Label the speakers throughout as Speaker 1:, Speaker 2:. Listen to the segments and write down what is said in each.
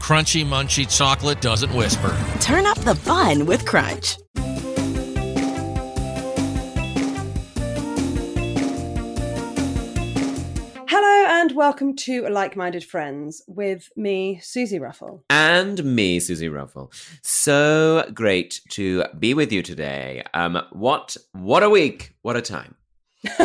Speaker 1: Crunchy munchy chocolate doesn't whisper.
Speaker 2: Turn up the fun with Crunch.
Speaker 3: Hello and welcome to Like Minded Friends with me, Susie Ruffle.
Speaker 4: and me, Susie Ruffle. So great to be with you today. Um, what what a week! What a time!
Speaker 3: Are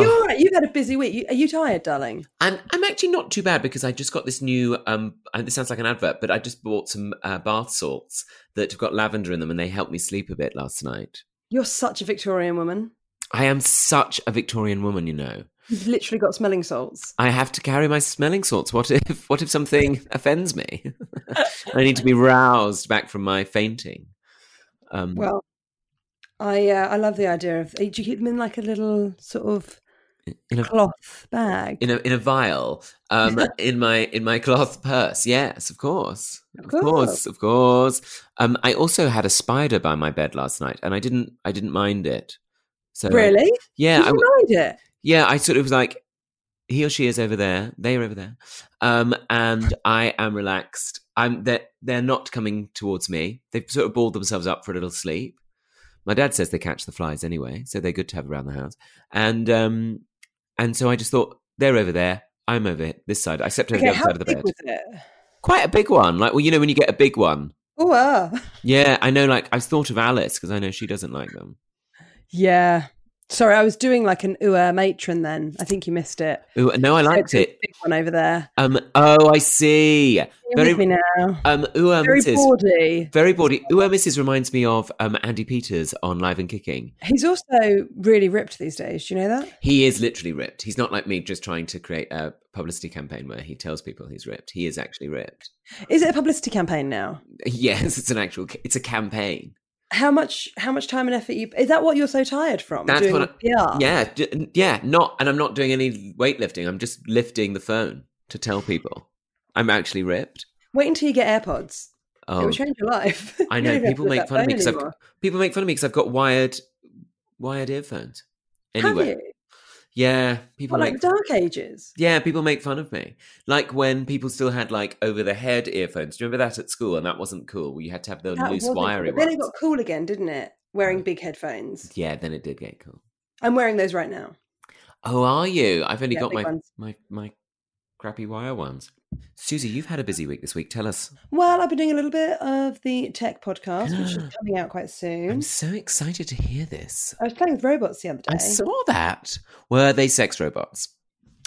Speaker 3: you
Speaker 4: Ugh.
Speaker 3: all right? You've had a busy week. You- Are you tired, darling?
Speaker 4: I'm I'm actually not too bad because I just got this new. Um, uh, this sounds like an advert, but I just bought some uh, bath salts that have got lavender in them, and they helped me sleep a bit last night.
Speaker 3: You're such a Victorian woman.
Speaker 4: I am such a Victorian woman, you know.
Speaker 3: You've literally got smelling salts.
Speaker 4: I have to carry my smelling salts. What if what if something offends me? I need to be roused back from my fainting. Um,
Speaker 3: Well, I uh, I love the idea of. Do you keep them in like a little sort of
Speaker 4: in a
Speaker 3: cloth bag?
Speaker 4: in a in a vial um in my in my cloth purse yes of course
Speaker 3: Of
Speaker 4: of
Speaker 3: course.
Speaker 4: course of course um i also had a spider by my bed last night and i didn't i didn't mind it so
Speaker 3: really?
Speaker 4: yeah
Speaker 3: Did
Speaker 4: I,
Speaker 3: you
Speaker 4: w-
Speaker 3: mind it?
Speaker 4: yeah i sort of was like he or she is over there they are over there um and i am relaxed i'm they're, they're not coming towards me they've sort of balled themselves up for a little sleep my dad says they catch the flies anyway so they're good to have around the house and um and so i just thought they're over there i'm over here, this side i stepped over the other
Speaker 3: how
Speaker 4: side of the
Speaker 3: big
Speaker 4: bed
Speaker 3: was it?
Speaker 4: quite a big one like well you know when you get a big one
Speaker 3: Oh, uh.
Speaker 4: yeah i know like i've thought of alice because i know she doesn't like them
Speaker 3: yeah. Sorry, I was doing like an ooh matron then. I think you missed it.
Speaker 4: Ooh, no i liked
Speaker 3: There's a
Speaker 4: it
Speaker 3: Big one over there.
Speaker 4: um oh i see
Speaker 3: You're
Speaker 4: Very-
Speaker 3: with me now.
Speaker 4: um ooh, um,
Speaker 3: Very
Speaker 4: it is-
Speaker 3: bawdy.
Speaker 4: Very bawdy. Ooh, Mrs. reminds me of um, Andy Peters on Live and Kicking.
Speaker 3: He's also really ripped these days. Do you know that?
Speaker 4: He is literally ripped. He's not like me, just trying to create a publicity campaign where he tells people he's ripped. He is actually ripped.
Speaker 3: Is it a publicity campaign now?
Speaker 4: Yes, it's an actual. ca- It's a campaign.
Speaker 3: How much? How much time and effort? You is that what you're so tired from?
Speaker 4: That's
Speaker 3: doing
Speaker 4: what
Speaker 3: all
Speaker 4: I-
Speaker 3: the PR?
Speaker 4: Yeah, d- yeah. Not, and I'm not doing any weightlifting. I'm just lifting the phone to tell people I'm actually ripped.
Speaker 3: Wait until you get AirPods. It
Speaker 4: Oh,
Speaker 3: will change your life.
Speaker 4: I
Speaker 3: You
Speaker 4: know
Speaker 3: don't even have
Speaker 4: people
Speaker 3: to lift
Speaker 4: make
Speaker 3: that
Speaker 4: fun of me
Speaker 3: phone
Speaker 4: because I've
Speaker 3: anymore.
Speaker 4: people make fun of me because I've got wired, wired earphones.
Speaker 3: Have
Speaker 4: Anyway,
Speaker 3: you?
Speaker 4: yeah, people
Speaker 3: What, like
Speaker 4: make
Speaker 3: the Dark Ages?
Speaker 4: Yeah, people make fun of me. Like when people still had like over the head earphones. Do you remember that at school? And that wasn't cool. You had to have the
Speaker 3: That
Speaker 4: loose
Speaker 3: wasn't-
Speaker 4: wiry
Speaker 3: but Then
Speaker 4: ones. Mm.
Speaker 3: it got cool again, didn't it? Wearing big headphones.
Speaker 4: Yeah, then it did get cool.
Speaker 3: I'm wearing those right now.
Speaker 4: Oh, are you? I've only
Speaker 3: Yeah,
Speaker 4: got
Speaker 3: big
Speaker 4: my
Speaker 3: ones.
Speaker 4: my my crappy wire ones. Susie, you've had a busy week this week. Tell us.
Speaker 3: Well, I've been doing a little bit of the tech podcast, which is coming out quite soon.
Speaker 4: I'm so excited to hear this.
Speaker 3: I was playing with robots the other day.
Speaker 4: I saw that. Were they sex robots?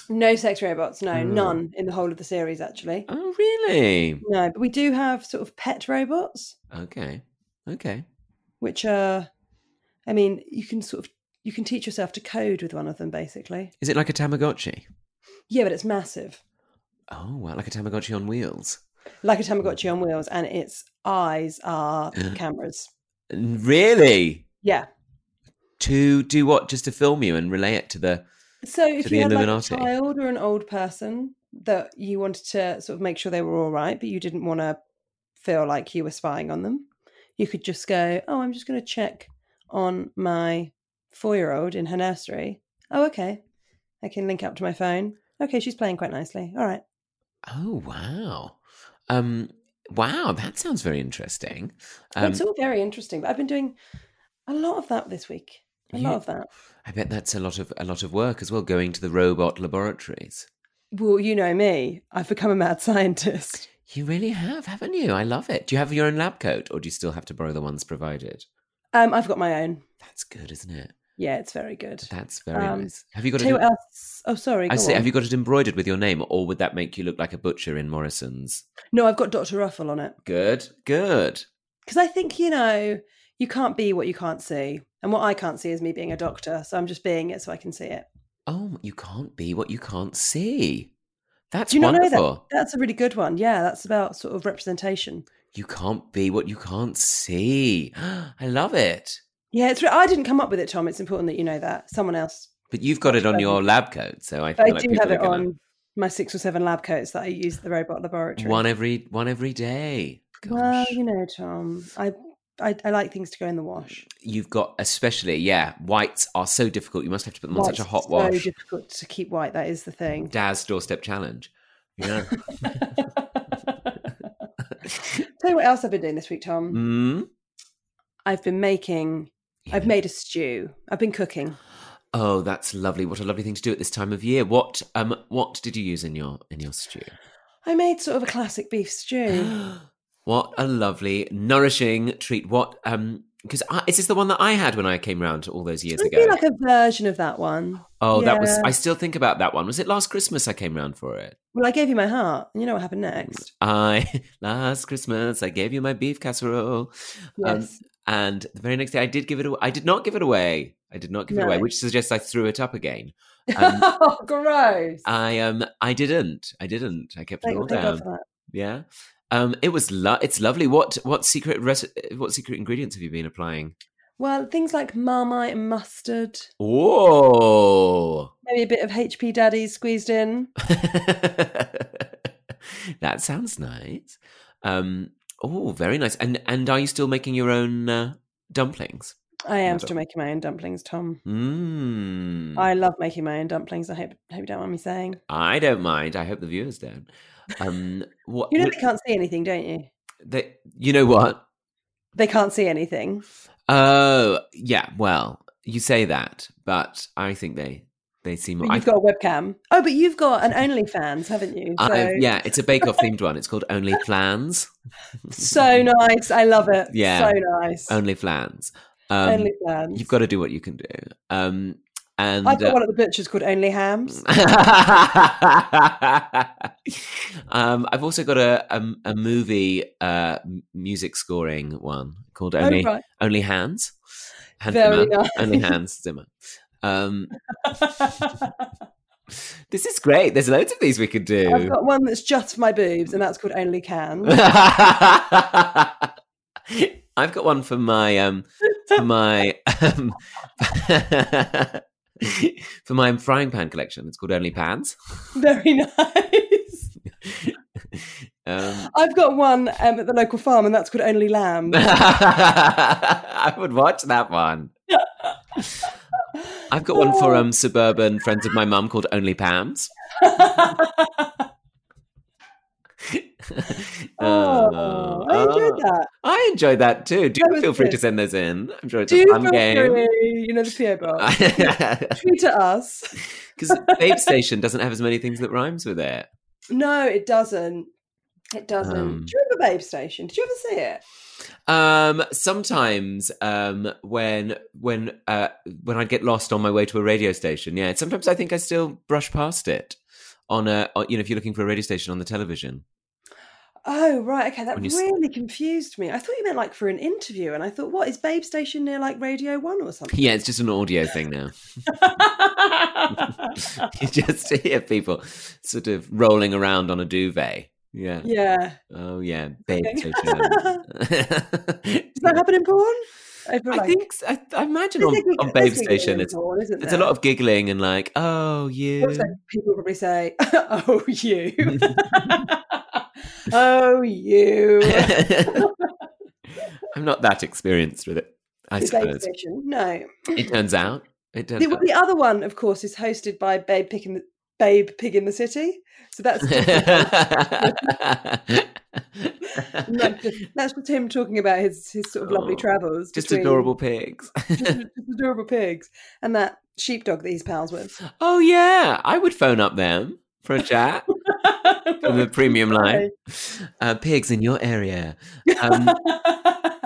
Speaker 3: No sex robots, no,
Speaker 4: Mm.
Speaker 3: none in the whole of the series actually.
Speaker 4: Oh, really?
Speaker 3: No, but we do have sort of pet robots,
Speaker 4: Okay. Okay.
Speaker 3: which are, I mean, you can sort of you can teach yourself to code with one of them basically.
Speaker 4: Is it like a Tamagotchi?
Speaker 3: Yeah, but it's massive,
Speaker 4: Oh, wow, like a Tamagotchi on wheels.
Speaker 3: like a Tamagotchi on wheels, and its eyes are cameras.
Speaker 4: Really?
Speaker 3: Yeah.
Speaker 4: To do what? Just to film you and relay it to the.
Speaker 3: So if
Speaker 4: the
Speaker 3: you had like a
Speaker 4: Illuminati.
Speaker 3: child or an old person that you wanted to sort of make sure they were all right, but you didn't want to feel like you were spying on them, you could just go, oh, I'm just going to check on my four year old in her nursery. Oh, okay. I can link up to my phone. Okay, she's playing quite nicely. All right.
Speaker 4: Oh wow. Um wow, that sounds very interesting. Um,
Speaker 3: it's all very interesting, but I've been doing a lot of that this week. A
Speaker 4: You-
Speaker 3: lot of that.
Speaker 4: I bet that's a lot of a lot of work as well going to the robot laboratories.
Speaker 3: Well, you know me. I've become a mad scientist.
Speaker 4: You really have, haven't you? I love it. Do you have your own lab coat or do you still have to borrow the ones provided?
Speaker 3: Um, I've got my own.
Speaker 4: That's good, isn't it?
Speaker 3: Yeah, it's very good.
Speaker 4: That's very
Speaker 3: Um,
Speaker 4: nice. Have you got
Speaker 3: Tell you
Speaker 4: it
Speaker 3: what else? Oh, sorry. go
Speaker 4: I say,
Speaker 3: on.
Speaker 4: have you got it embroidered with your name or would that make you look like a butcher in Morrison's?
Speaker 3: No, I've got Dr. Ruffle on it.
Speaker 4: Good. Good.
Speaker 3: Because I think, you know, you can't be what you can't see. And what I can't see is me being a doctor. So I'm just being it so I can see it.
Speaker 4: Oh, you can't be what you can't see. That's
Speaker 3: Do you not
Speaker 4: wonderful.
Speaker 3: know that? That's a really good one. Yeah, that's about sort of representation.
Speaker 4: You can't be what you can't see. I love it.
Speaker 3: Yeah, it's. Re- I didn't come up with it, Tom. It's important that you know that. Someone else.
Speaker 4: But you've got it on
Speaker 3: Right.
Speaker 4: your lab coat, so I feel
Speaker 3: But I
Speaker 4: like
Speaker 3: do
Speaker 4: people
Speaker 3: have
Speaker 4: are
Speaker 3: it
Speaker 4: gonna-
Speaker 3: on my six or seven lab coats that I use at the robot laboratory.
Speaker 4: one every one every day.
Speaker 3: well,
Speaker 4: Gosh.
Speaker 3: you know, Tom, I, I I like things to go in the wash.
Speaker 4: You've got especially yeah, whites are so difficult. You must have to put them on Mm, such a
Speaker 3: White's
Speaker 4: hot
Speaker 3: so
Speaker 4: wash.
Speaker 3: difficult to keep white. That is the thing.
Speaker 4: Daz doorstep challenge. Yeah.
Speaker 3: Tell you what else I've been doing this week, Tom.
Speaker 4: mm?
Speaker 3: I've been making. I've made a stew. I've been cooking.
Speaker 4: Oh, that's lovely. What a lovely thing to do at this time of year. What um what did you use in your in your stew?
Speaker 3: I made sort of a classic beef stew.
Speaker 4: What a lovely, nourishing treat. What um because is this the one that I had when I came round all those years
Speaker 3: It'd
Speaker 4: ago?
Speaker 3: be like a version of that one.
Speaker 4: oh, that was.
Speaker 3: Yeah.
Speaker 4: I still think about that one. Was it last Christmas I came round for it?
Speaker 3: Well, I gave you my heart, and you know what happened next.
Speaker 4: I last Christmas I gave you my beef casserole, Um,
Speaker 3: Yes.
Speaker 4: and the very next day I did give it. away. I did not give it away. I did not give it away,
Speaker 3: No.
Speaker 4: which suggests I threw it up again. Um,
Speaker 3: oh, gross!
Speaker 4: I um I didn't. I didn't. I kept it all
Speaker 3: Thank, thank God
Speaker 4: down.
Speaker 3: for that.
Speaker 4: Yeah. Um, it was lo- it's lovely. What what secret rec- what secret ingredients have you been applying?
Speaker 3: Well, things like marmite and mustard,
Speaker 4: Oh,
Speaker 3: maybe a bit of HP Daddy squeezed in.
Speaker 4: that sounds nice. Um, oh, very nice. And and are you still making your own uh, dumplings?
Speaker 3: I am
Speaker 4: Not
Speaker 3: still making my own dumplings, Tom.
Speaker 4: Mm.
Speaker 3: I love making my own dumplings. I hope, hope you don't mind me saying.
Speaker 4: I don't mind. I hope the viewers don't. Um, what
Speaker 3: You know
Speaker 4: what-
Speaker 3: they can't see anything, don't you?
Speaker 4: they- you know what?
Speaker 3: They can't see anything.
Speaker 4: Oh, yeah. Well, you say that, but I think they they seem.
Speaker 3: But
Speaker 4: I,
Speaker 3: you've got a webcam. Oh, but you've got an OnlyFans, haven't you? So,
Speaker 4: I- yeah, it's a Bake Off themed one. It's called Only Flans.
Speaker 3: so nice. I love it. So
Speaker 4: Yeah.
Speaker 3: nice.
Speaker 4: Only Flans. Um,
Speaker 3: OnlyFans.
Speaker 4: You've got to do what you can do. Um, and
Speaker 3: I've got
Speaker 4: uh,
Speaker 3: one at the butcher's called Only Hams.
Speaker 4: um, I've also got a a, a movie uh, m- music scoring one called
Speaker 3: Oh,
Speaker 4: Only
Speaker 3: right.
Speaker 4: Only Hands. Hans
Speaker 3: Very
Speaker 4: Zimmer.
Speaker 3: nice.
Speaker 4: Only Hands Zimmer. Um, this is great. There's loads of these we could
Speaker 3: I've
Speaker 4: do.
Speaker 3: got one that's just for my boobs, and that's called Only Cans.
Speaker 4: I've got one for my um for my um, for my frying pan collection. It's called Only Pans.
Speaker 3: Very nice.
Speaker 4: Um,
Speaker 3: I've got one um, at the local farm, and that's called Only Lamb.
Speaker 4: I would watch that one. I've got one for um suburban friends of my mum called Only Pams.
Speaker 3: Oh, I enjoyed that.
Speaker 4: Uh, I enjoyed that too. Do
Speaker 3: That was
Speaker 4: feel free to
Speaker 3: good.
Speaker 4: send those in. I'm sure it's
Speaker 3: Do
Speaker 4: a
Speaker 3: feel
Speaker 4: fun game.
Speaker 3: free, you know the PO box. Tweet at us.
Speaker 4: Because Babe Station doesn't have as many things that rhymes with it.
Speaker 3: No, it doesn't. It doesn't.
Speaker 4: Um,
Speaker 3: Do you remember Babe Station? Did you ever see it?
Speaker 4: Um, sometimes um, when when uh, when I'd get lost on my way to a radio station, yeah. Sometimes I think I still brush past it on a on- you know if you're looking for a radio station on the television.
Speaker 3: Oh right, okay. That
Speaker 4: When you s-
Speaker 3: really confused me. I thought you meant like for an interview, and I thought, what is Babe Station near like Radio One or something?
Speaker 4: Yeah, it's just an audio thing now. you just hear people sort of rolling around on a duvet. Yeah.
Speaker 3: yeah.
Speaker 4: Oh yeah, Babe
Speaker 3: Okay.
Speaker 4: Station.
Speaker 3: Does that happen in porn? I, feel
Speaker 4: I
Speaker 3: like-
Speaker 4: think s- I, I imagine
Speaker 3: There's
Speaker 4: on,
Speaker 3: a gig-
Speaker 4: on
Speaker 3: there's
Speaker 4: Babe
Speaker 3: a gig
Speaker 4: Station
Speaker 3: in
Speaker 4: it's
Speaker 3: porn, isn't
Speaker 4: it's a
Speaker 3: there?
Speaker 4: lot of giggling and like, oh you
Speaker 3: Also, people probably say, "Oh, you, oh, you."
Speaker 4: I I'm not that experienced with it. I
Speaker 3: The Babe
Speaker 4: suppose
Speaker 3: Edition. No.
Speaker 4: it turns out it turns
Speaker 3: The,
Speaker 4: out.
Speaker 3: the other one, of course, is hosted by Babe Pig in the, Babe Pig in the City. So that's different. that's, just, that's just him talking about his his sort of lovely
Speaker 4: Oh,
Speaker 3: travels.
Speaker 4: Just
Speaker 3: between-
Speaker 4: adorable pigs.
Speaker 3: just adorable pigs, and that sheepdog that he's pals with.
Speaker 4: oh yeah, I would phone up them for a chat on the premium line. Uh, pigs in your area. Um,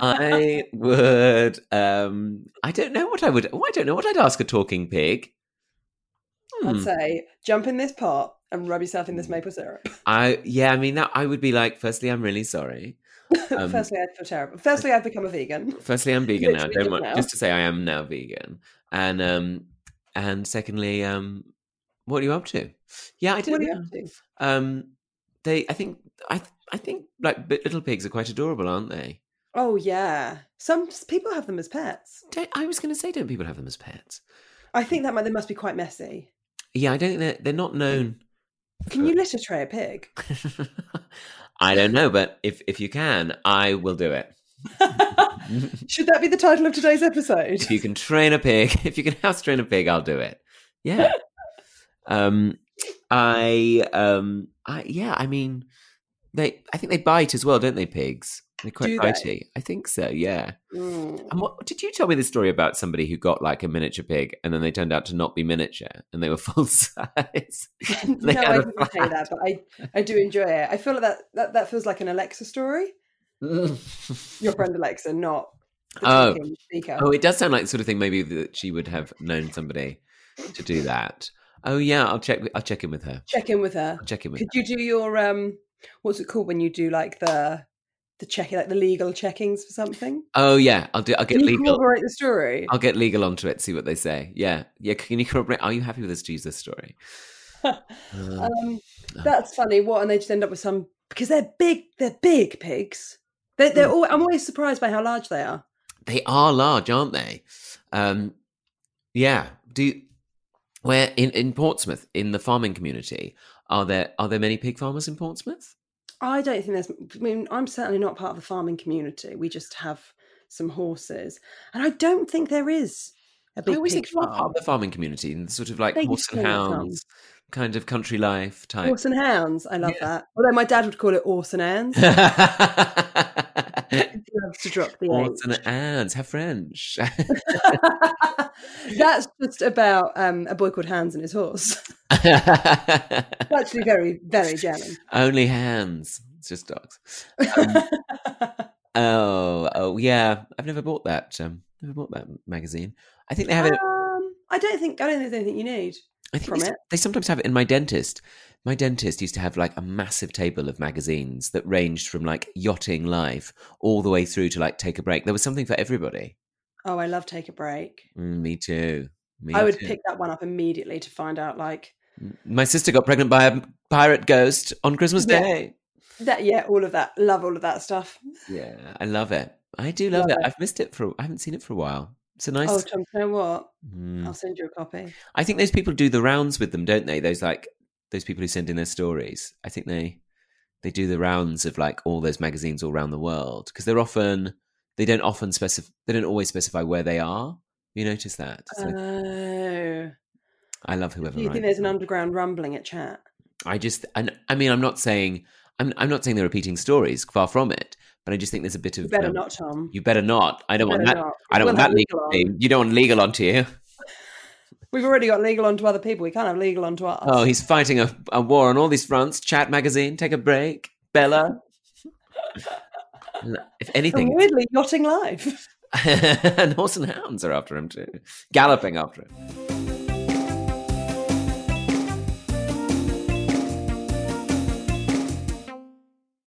Speaker 4: I would. Um, I don't know what I would. Oh, I don't know what I'd ask a talking pig. Hmm.
Speaker 3: I'd say jump in this pot and rub yourself in this maple syrup.
Speaker 4: I yeah. I mean, that I would be like. Firstly, I'm really sorry. Um,
Speaker 3: firstly, I'd feel terrible. Firstly, I've become a vegan.
Speaker 4: Firstly, I'm vegan now.
Speaker 3: Literally
Speaker 4: Don't
Speaker 3: just
Speaker 4: want
Speaker 3: now.
Speaker 4: just to say I am now vegan. And um and secondly, um what are you up to? Yeah, I
Speaker 3: What
Speaker 4: don't
Speaker 3: are you
Speaker 4: know.
Speaker 3: up to?
Speaker 4: Um they I think I th- I think like bi- little pigs are quite adorable, aren't they?
Speaker 3: Oh yeah, some s- people have them as pets.
Speaker 4: Don't, I was going to say don't people have them as pets?
Speaker 3: I think that might, they must be quite messy.
Speaker 4: Yeah, I don't think they're, they're not known.
Speaker 3: Can you litter tray a pig?
Speaker 4: I don't know, but if if you can, I will do it.
Speaker 3: Should that be the title of today's episode?
Speaker 4: if you can train a pig, if you can house train a pig, I'll do it. Yeah. um, I um, I yeah. I mean, they. I think they bite as well, don't they? Pigs. They're quite
Speaker 3: Do they?
Speaker 4: bitey. I think so. Yeah.
Speaker 3: Mm.
Speaker 4: And what did you tell me this story about somebody who got like a miniature pig, and then they turned out to not be miniature, and they were full size. They
Speaker 3: no,
Speaker 4: had
Speaker 3: I
Speaker 4: a
Speaker 3: didn't say that, but I, I do enjoy it. I feel like that, that that feels like an Alexa story. Your friend Alexa, not the
Speaker 4: Oh.
Speaker 3: talking speaker.
Speaker 4: Oh, it does sound like the sort of thing maybe that she would have known somebody to do that. Oh yeah, I'll check. I'll check in with her.
Speaker 3: Check in with her.
Speaker 4: I'll check in with.
Speaker 3: Could you do your um, what's it called when you do like the the check like the legal checkings for something?
Speaker 4: Oh yeah, I'll do. I'll get
Speaker 3: Can you
Speaker 4: legal.
Speaker 3: corroborate the story?
Speaker 4: I'll get legal onto it. See what they say. Yeah, yeah. Can you corroborate? Are you happy with this Jesus story? Uh,
Speaker 3: Um, that's funny. What and they just end up with some because they're big. They're big pigs. They, they're
Speaker 4: Hmm.
Speaker 3: all. I'm always surprised by how large they are.
Speaker 4: they are large, aren't they? Um, yeah. Do where in, in Portsmouth in the farming community are there are there many pig farmers in Portsmouth?
Speaker 3: I don't think there's. I mean, I'm certainly not part of the farming community. We just have some horses, and I don't think there is a
Speaker 4: I
Speaker 3: big
Speaker 4: always
Speaker 3: pig
Speaker 4: think of our part
Speaker 3: farm.
Speaker 4: of the farming community and sort of like
Speaker 3: They
Speaker 4: horse and
Speaker 3: used to all come.
Speaker 4: hounds kind of country life type.
Speaker 3: Horse and hounds. I love that. Although my dad would call it horse and hounds. he loves to drop the
Speaker 4: Horse
Speaker 3: H.
Speaker 4: and ads, have French.
Speaker 3: That's just about um, a boy called Hans and his horse. It's actually very, very German.
Speaker 4: Only hands. It's just dogs. Um, oh, oh yeah. I've never bought that. Um, never bought that magazine. I think they have it.
Speaker 3: Um, I don't think I don't think there's anything you need.
Speaker 4: I think
Speaker 3: from
Speaker 4: they, s-
Speaker 3: it.
Speaker 4: they sometimes have it in my dentist. My dentist used to have like a massive table of magazines that ranged from like yachting life all the way through to like take a break. There was something for everybody.
Speaker 3: Oh, I love take a break.
Speaker 4: Mm, me too. Me
Speaker 3: I would
Speaker 4: too.
Speaker 3: pick that one up immediately to find out like
Speaker 4: My sister got pregnant by a pirate ghost on Christmas
Speaker 3: Yeah.
Speaker 4: Day.
Speaker 3: that. Yeah, all of that. Love all of that stuff.
Speaker 4: Yeah, I love it. I do love,
Speaker 3: Love
Speaker 4: it.
Speaker 3: it.
Speaker 4: I've missed it for. I haven't seen it for a while. It's a nice.
Speaker 3: Oh, Tom, you know what?
Speaker 4: Mm.
Speaker 3: I'll send you a copy.
Speaker 4: I think those people do the rounds with them, don't they? Those like those people who send in their stories. I think they they do the rounds of like all those magazines all around the world because they're often they don't often specify they don't always specify where they are. You notice that? So
Speaker 3: Oh,
Speaker 4: I love whoever.
Speaker 3: Uh, do you think
Speaker 4: writes
Speaker 3: there's an
Speaker 4: them.
Speaker 3: underground rumbling at chat?
Speaker 4: I just and I mean I'm not saying I'm I'm not saying they're repeating stories. Far from it. But I just think there's a bit of
Speaker 3: You better
Speaker 4: um,
Speaker 3: not, Tom.
Speaker 4: You better not. I don't want that.
Speaker 3: Better not.
Speaker 4: I don't
Speaker 3: We'll
Speaker 4: want
Speaker 3: have
Speaker 4: that legal.
Speaker 3: on.
Speaker 4: thing. You don't want legal onto you.
Speaker 3: We've already got legal onto other people. We can't have legal onto us.
Speaker 4: Oh, he's fighting a, a war on all these fronts. Chat magazine, take a break. Bella. if
Speaker 3: and
Speaker 4: anything,
Speaker 3: weirdly, yachting life.
Speaker 4: and horse and hounds are after him too, galloping after him.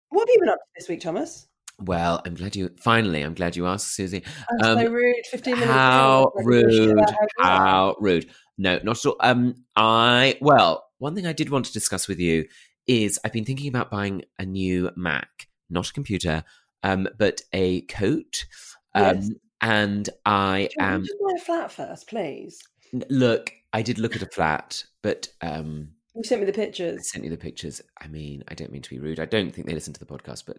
Speaker 3: What have you been up to this week, Thomas?
Speaker 4: Well, I'm glad you finally. I'm glad you asked, Susie. Um,
Speaker 3: I'm so rude. Fifteen minutes. in,
Speaker 4: how
Speaker 3: I'm gonna shit
Speaker 4: rude!
Speaker 3: about how
Speaker 4: How rude! No, not at all. Um, I well, one thing I did want to discuss with you is I've been thinking about buying a new Mac, not a computer, um, but a coat. Um,
Speaker 3: Yes.
Speaker 4: and I
Speaker 3: rude. Can
Speaker 4: am
Speaker 3: you Just buy a flat first, please.
Speaker 4: N- Look, I did look at a flat, but um,
Speaker 3: You sent me the
Speaker 4: I
Speaker 3: pictures.
Speaker 4: sent you the pictures. I mean, I don't mean to be rude. I don't think they listen to the podcast, but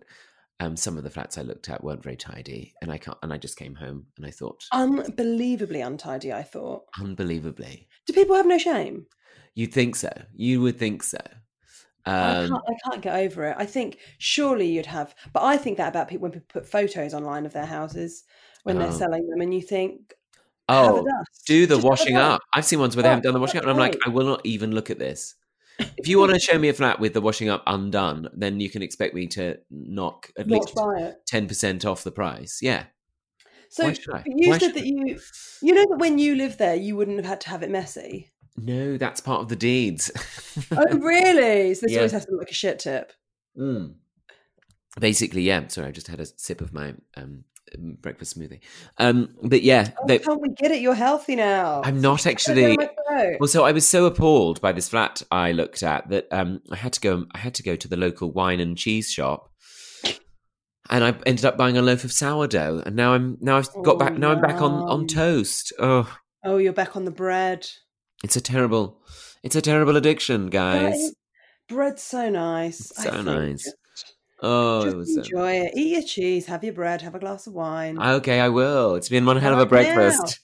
Speaker 4: um, some of the flats I looked at weren't very tidy, and I can't, and I just came home and I thought,
Speaker 3: Oh. Unbelievably untidy, I thought.
Speaker 4: unbelievably,
Speaker 3: Do people have no shame?
Speaker 4: you'd think so, you would think so.
Speaker 3: I,
Speaker 4: Um,
Speaker 3: can't, I can't get over it. I think surely you'd have, but I think that about people when people put photos online of their houses when
Speaker 4: Oh.
Speaker 3: they're selling them, and you think, have a
Speaker 4: oh,
Speaker 3: dust.
Speaker 4: do the
Speaker 3: Just Oh, have a
Speaker 4: washing
Speaker 3: dust.
Speaker 4: up. I've seen ones where they
Speaker 3: Yeah,
Speaker 4: haven't done the washing up, and I'm like,
Speaker 3: right.
Speaker 4: I will not even look at this. If you want to show me a flat with the washing up undone, then you can expect me to knock at
Speaker 3: Not
Speaker 4: least
Speaker 3: buy it.
Speaker 4: ten percent off the price. Yeah,
Speaker 3: So
Speaker 4: Why should I?
Speaker 3: but you
Speaker 4: Why
Speaker 3: said
Speaker 4: should
Speaker 3: that
Speaker 4: I?
Speaker 3: you, you know, that when you lived there, you wouldn't have had to have it messy.
Speaker 4: no, that's part of the deeds.
Speaker 3: oh, really? So this
Speaker 4: Yeah.
Speaker 3: always has to look like a shit tip.
Speaker 4: Mm. Basically, yeah. Sorry, I just had a sip of my um, breakfast smoothie. Um, but yeah,
Speaker 3: Oh,
Speaker 4: they,
Speaker 3: can't we get it? You're healthy now.
Speaker 4: I'm not
Speaker 3: Put it down
Speaker 4: actually.
Speaker 3: my throat.
Speaker 4: Well, so I was so appalled by this flat I looked at that um, I had to go. I had to go to the local wine and cheese shop, and I ended up buying a loaf of sourdough. And now I'm now I've got
Speaker 3: Oh,
Speaker 4: back. Now I'm back on on
Speaker 3: yum.
Speaker 4: toast. Oh,
Speaker 3: Oh, you're back on the bread.
Speaker 4: it's a terrible, it's a terrible addiction,
Speaker 3: That
Speaker 4: guys.
Speaker 3: is- Bread's so nice. I
Speaker 4: So
Speaker 3: think.
Speaker 4: nice.
Speaker 3: Just-
Speaker 4: oh,
Speaker 3: Just
Speaker 4: it was. so-
Speaker 3: enjoy it. Eat your cheese. Have your bread. Have a glass of wine.
Speaker 4: okay, I will. It's been one hell of a
Speaker 3: Right now.
Speaker 4: breakfast.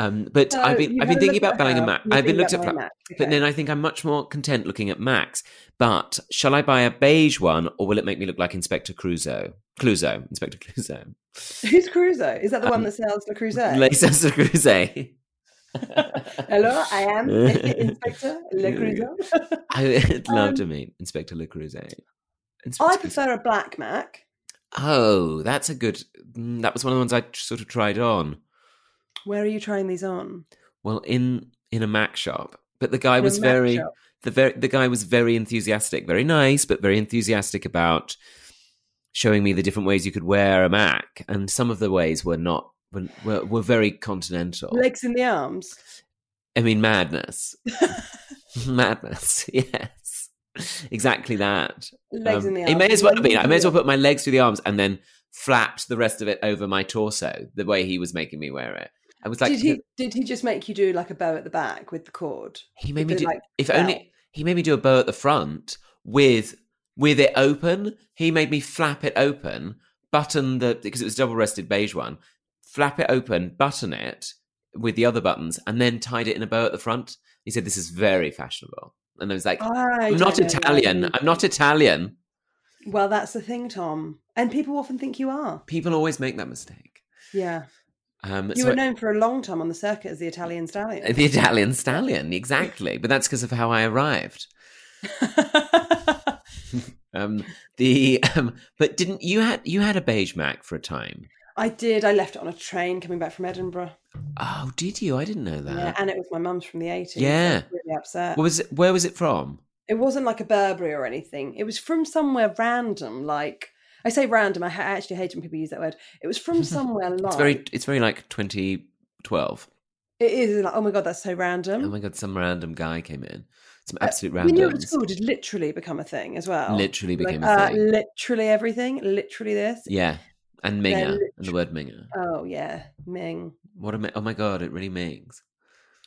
Speaker 4: Um, but
Speaker 3: So
Speaker 4: I've been
Speaker 3: you've had
Speaker 4: I've been
Speaker 3: a
Speaker 4: thinking
Speaker 3: look
Speaker 4: about
Speaker 3: at
Speaker 4: buying a
Speaker 3: her,
Speaker 4: Mac.
Speaker 3: you're
Speaker 4: I've been
Speaker 3: thinking
Speaker 4: looked at
Speaker 3: about
Speaker 4: flat,
Speaker 3: buying a Mac,
Speaker 4: but
Speaker 3: okay.
Speaker 4: then I think I'm much more content looking at Macs. But shall I buy a beige one, or will it make me look like Inspector Clouseau? Clouseau, Inspector Clouseau,
Speaker 3: Who's Cruzo? Is that the one
Speaker 4: Um,
Speaker 3: that sells the Cruzo?
Speaker 4: Les Inspector Clouseau.
Speaker 3: Hello, I am Inspector Le Cruzo.
Speaker 4: I'd love
Speaker 3: Um,
Speaker 4: to meet Inspector Le Clouseau.
Speaker 3: I
Speaker 4: Inspector Clouseau.
Speaker 3: prefer a black Mac.
Speaker 4: Oh, that's a good. mm, That was one of the ones I t- sort of tried on.
Speaker 3: Where are you trying these on?
Speaker 4: Well, in in a Mac shop, but the guy
Speaker 3: In a
Speaker 4: was
Speaker 3: Mac
Speaker 4: very.
Speaker 3: shop?
Speaker 4: the very the guy was very enthusiastic, very nice, but very enthusiastic about showing me the different ways you could wear a Mac, and some of the ways were not were were, were very continental.
Speaker 3: legs in the arms.
Speaker 4: I mean, madness, madness, yes, exactly that.
Speaker 3: Legs
Speaker 4: Um,
Speaker 3: in the arms.
Speaker 4: it may as well have been. I may as well
Speaker 3: Legs
Speaker 4: put my legs through the arms and then flapped the rest of it over my torso the way he was making me wear it. I was like,
Speaker 3: did he did he just make you do like a bow at the back with the cord?
Speaker 4: He made me
Speaker 3: did,
Speaker 4: do.
Speaker 3: like,
Speaker 4: if
Speaker 3: belt.
Speaker 4: only he made me do a bow at the front with with it open. He made me flap it open, button the because it was double breasted beige one. Flap it open, button it with the other buttons, and then tied it in a bow at the front. He said, "This is very fashionable," and I was like,
Speaker 3: I
Speaker 4: "I'm not
Speaker 3: don't know why
Speaker 4: Italian.
Speaker 3: you-
Speaker 4: I'm not Italian."
Speaker 3: Well, that's the thing, Tom. And people often think you are.
Speaker 4: People always make that mistake.
Speaker 3: Yeah.
Speaker 4: Um,
Speaker 3: You
Speaker 4: so
Speaker 3: were known for a long time on the circuit as the Italian stallion.
Speaker 4: the Italian stallion, exactly, but that's because of how I arrived. Um, the um, but didn't you had you had a beige Mac for a time?
Speaker 3: I did. I left it on a train coming back from Edinburgh.
Speaker 4: Oh, did you? I didn't know that.
Speaker 3: Yeah, and uh, it was my mum's from the 80s. so I
Speaker 4: Yeah.
Speaker 3: was really upset.
Speaker 4: What was it, where was it from?
Speaker 3: it wasn't like a Burberry or anything. It was from somewhere random, like I say random. I, ha- I actually hate when people use that word. It was from somewhere like
Speaker 4: It's very it's very like 2012.
Speaker 3: It is like oh my god, that's so random.
Speaker 4: Oh my god, some random guy came in. Some absolute
Speaker 3: uh, we knew it was
Speaker 4: randoms.
Speaker 3: cool. Did literally become a thing as well.
Speaker 4: Literally
Speaker 3: Like,
Speaker 4: became a
Speaker 3: uh,
Speaker 4: thing.
Speaker 3: Literally everything. Literally this.
Speaker 4: yeah, and
Speaker 3: They're
Speaker 4: minger
Speaker 3: lit-
Speaker 4: and the word minger.
Speaker 3: Oh yeah, Ming.
Speaker 4: What a mi- oh my god, it really mings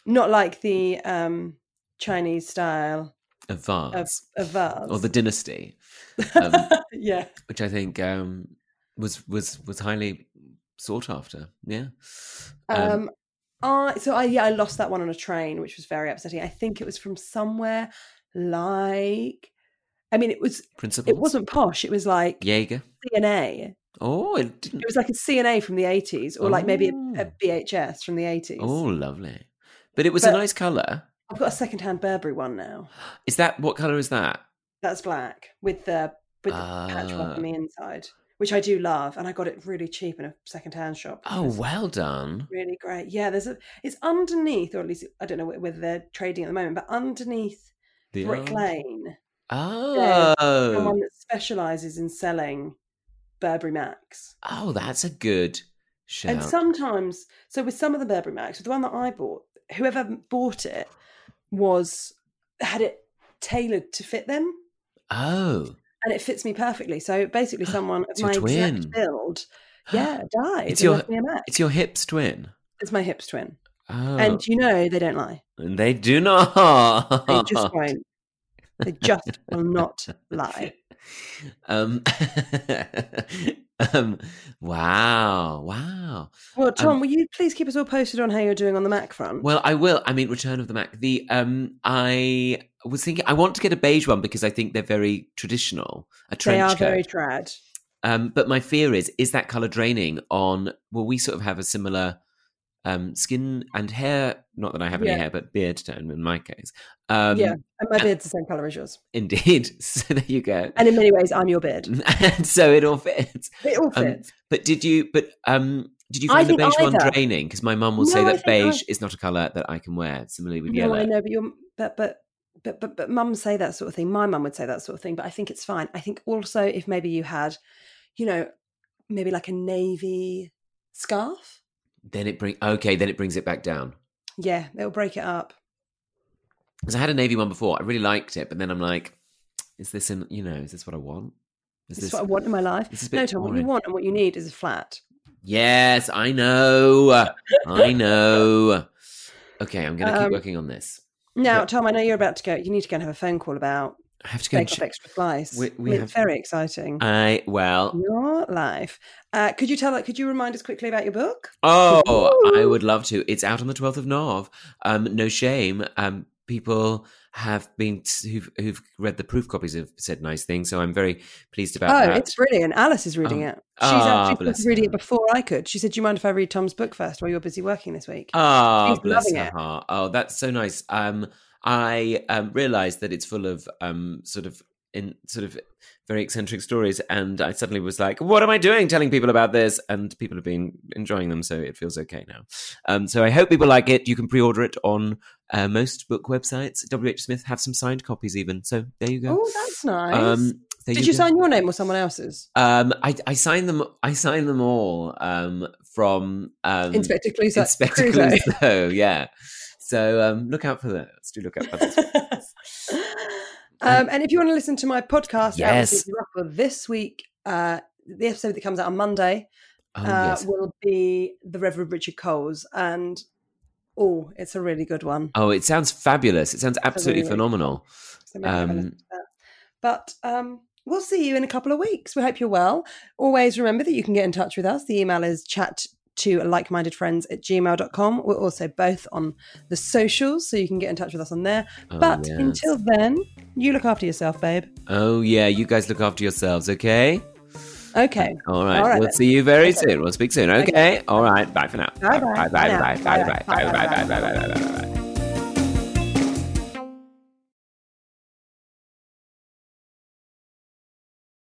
Speaker 3: Not like the um, Chinese style
Speaker 4: a vase
Speaker 3: of vase.
Speaker 4: or Oh, the dynasty, um,
Speaker 3: yeah.
Speaker 4: which I think um, was was was highly sought after. Yeah.
Speaker 3: Um, I so I yeah I lost that one on a train, which was very upsetting. I think it was from somewhere like, I mean, it was
Speaker 4: principles.
Speaker 3: it wasn't posh. It was like
Speaker 4: Jaeger.
Speaker 3: CNA.
Speaker 4: Oh, it didn't.
Speaker 3: It was like a CNA from the eighties, or like maybe a, a
Speaker 4: Oh.
Speaker 3: BHS from the eighties.
Speaker 4: Oh, lovely. But it was a
Speaker 3: But-
Speaker 4: nice color.
Speaker 3: I've got a secondhand Burberry one now.
Speaker 4: Is that what color is that?
Speaker 3: That's black with the with the
Speaker 4: Ah.
Speaker 3: patchwork on the inside, which I do love, and I got it really cheap in a secondhand shop.
Speaker 4: Oh,
Speaker 3: because-
Speaker 4: well done.
Speaker 3: really great. Yeah, there's a. It's underneath, or at least I don't know whether they're trading at the moment, but underneath
Speaker 4: The
Speaker 3: Brick
Speaker 4: old-
Speaker 3: Lane,
Speaker 4: Oh,
Speaker 3: someone that specialises in selling Burberry Macs.
Speaker 4: oh, that's a good shout.
Speaker 3: And sometimes, so with some of the Burberry Macs, with the one that I bought, whoever bought it was had it tailored to fit them,
Speaker 4: oh,
Speaker 3: and it fits me perfectly. So basically, someone of
Speaker 4: It's your
Speaker 3: my
Speaker 4: twin.
Speaker 3: exact build, yeah, died. and
Speaker 4: It's your-
Speaker 3: left me a Mac.
Speaker 4: it's your hips twin.
Speaker 3: It's my hips twin,
Speaker 4: Oh,
Speaker 3: and you know they don't lie;
Speaker 4: and they do not.
Speaker 3: they just won't. They just will not lie.
Speaker 4: Um, um, wow, wow.
Speaker 3: Well, Tom, will you please keep us all posted on how you're doing on the Mac front?
Speaker 4: Well, I will. I mean, Return of the Mac. The um, I was thinking I want to get a beige one because I think they're very traditional. A trench
Speaker 3: they are
Speaker 4: coat.
Speaker 3: very trad.
Speaker 4: Um, but my fear is, is that color draining on? Well, we sort of have a similar um, skin and hair. Not that I have
Speaker 3: Yeah.
Speaker 4: any hair, but beard tone in my case. Um,
Speaker 3: yeah, and my beard's the same color as yours.
Speaker 4: indeed. So there you go.
Speaker 3: And in many ways, I'm your beard.
Speaker 4: And so it all fits.
Speaker 3: It all
Speaker 4: Um,
Speaker 3: fits.
Speaker 4: But did you? But um, did you
Speaker 3: I
Speaker 4: find the
Speaker 3: think
Speaker 4: beige one
Speaker 3: either.
Speaker 4: draining? Because my mum will
Speaker 3: No,
Speaker 4: say
Speaker 3: I
Speaker 4: that
Speaker 3: think I-
Speaker 4: beige is not a color that I can wear. Similarly with
Speaker 3: no,
Speaker 4: yellow.
Speaker 3: I know, but you're but but. But, but but mums say that sort of thing. My mum would say that sort of thing, but I think it's fine. I think also if maybe you had, you know, maybe like a navy scarf,
Speaker 4: Then it bring okay. Then it brings it back down.
Speaker 3: yeah, it'll break it up.
Speaker 4: Because I had a navy one before. I really liked it, but then I'm like, is this in? You know, is this what I want? Is
Speaker 3: This is what I want in my life.
Speaker 4: this is a
Speaker 3: No,
Speaker 4: bit
Speaker 3: Tom, what you
Speaker 4: boring.
Speaker 3: want and what you need is a flat.
Speaker 4: Yes, I know. I know. Okay, I'm going to
Speaker 3: Um,
Speaker 4: keep working on this.
Speaker 3: Now,
Speaker 4: But-
Speaker 3: Tom, I know you're about to go. You need to go and have a phone call about
Speaker 4: I have to go. And
Speaker 3: Bake Off
Speaker 4: ch-
Speaker 3: Extra Slice.
Speaker 4: We- we
Speaker 3: I mean,
Speaker 4: have- Uh
Speaker 3: It's very exciting.
Speaker 4: I well.
Speaker 3: your life. Uh, could you tell? Could you remind us quickly about your book?
Speaker 4: Oh, I would love to. It's out on the 12th of Nov. Um, no shame. Um, people have been who've, who've read the proof copies have said nice things, so I'm very pleased about
Speaker 3: oh,
Speaker 4: that.
Speaker 3: it's brilliant. Alice is reading
Speaker 4: Oh.
Speaker 3: it. She's
Speaker 4: Ah,
Speaker 3: actually supposed
Speaker 4: bless
Speaker 3: to reading it
Speaker 4: her.
Speaker 3: before I could. She said, "Do you mind if I read Tom's book first while you're busy working this week?"
Speaker 4: Oh,
Speaker 3: She's
Speaker 4: bless
Speaker 3: loving
Speaker 4: her
Speaker 3: it.
Speaker 4: heart. Oh, that's so nice. Um, I um, realized that it's full of um, sort of in sort of very eccentric stories, and I suddenly was like, "What am I doing, telling people about this?" And people have been enjoying them, so it feels okay now. Um, so I hope people like it. You can pre-order it on uh, most book websites. W. H. Smith have some signed copies, even. So there you go. Um,
Speaker 3: Oh, that's nice.
Speaker 4: there
Speaker 3: Did you
Speaker 4: go.
Speaker 3: sign your name or someone else's?
Speaker 4: Um, I, I signed them. I signed them all. Um, from um,
Speaker 3: Inspector Clouseau.
Speaker 4: Inspector
Speaker 3: Clouseau.
Speaker 4: Clouseau, yeah. So um, look out for those. Do look out for those.
Speaker 3: um, and if you want to listen to my podcast, Out with
Speaker 4: Yes.
Speaker 3: Susie Ruffle, this week, uh, the episode that comes out on Monday
Speaker 4: Oh,
Speaker 3: uh,
Speaker 4: yes.
Speaker 3: will be the Reverend Richard Coles, and oh, it's a really good one.
Speaker 4: oh, it sounds fabulous. It sounds absolutely
Speaker 3: really-
Speaker 4: phenomenal.
Speaker 3: So maybe have a
Speaker 4: Um,
Speaker 3: listen to that. But um, we'll see you in a couple of weeks. We hope you're well. Always remember that you can get in touch with us. The email is chat to like-mindedfriends at gmail.com. We're also both on the socials, so you can get in touch with us on there.
Speaker 4: Oh,
Speaker 3: but
Speaker 4: yes.
Speaker 3: until then, you look after yourself, babe.
Speaker 4: Oh, yeah. You guys look after yourselves, okay?
Speaker 3: Okay.
Speaker 4: All right.
Speaker 3: All right
Speaker 4: we'll
Speaker 3: then.
Speaker 4: see you very
Speaker 3: Okay.
Speaker 4: soon. We'll speak soon, okay? All right. Bye for now.
Speaker 3: Bye-bye.
Speaker 4: Bye bye
Speaker 3: Bye
Speaker 4: bye
Speaker 3: now.
Speaker 4: bye bye bye bye bye bye bye bye bye.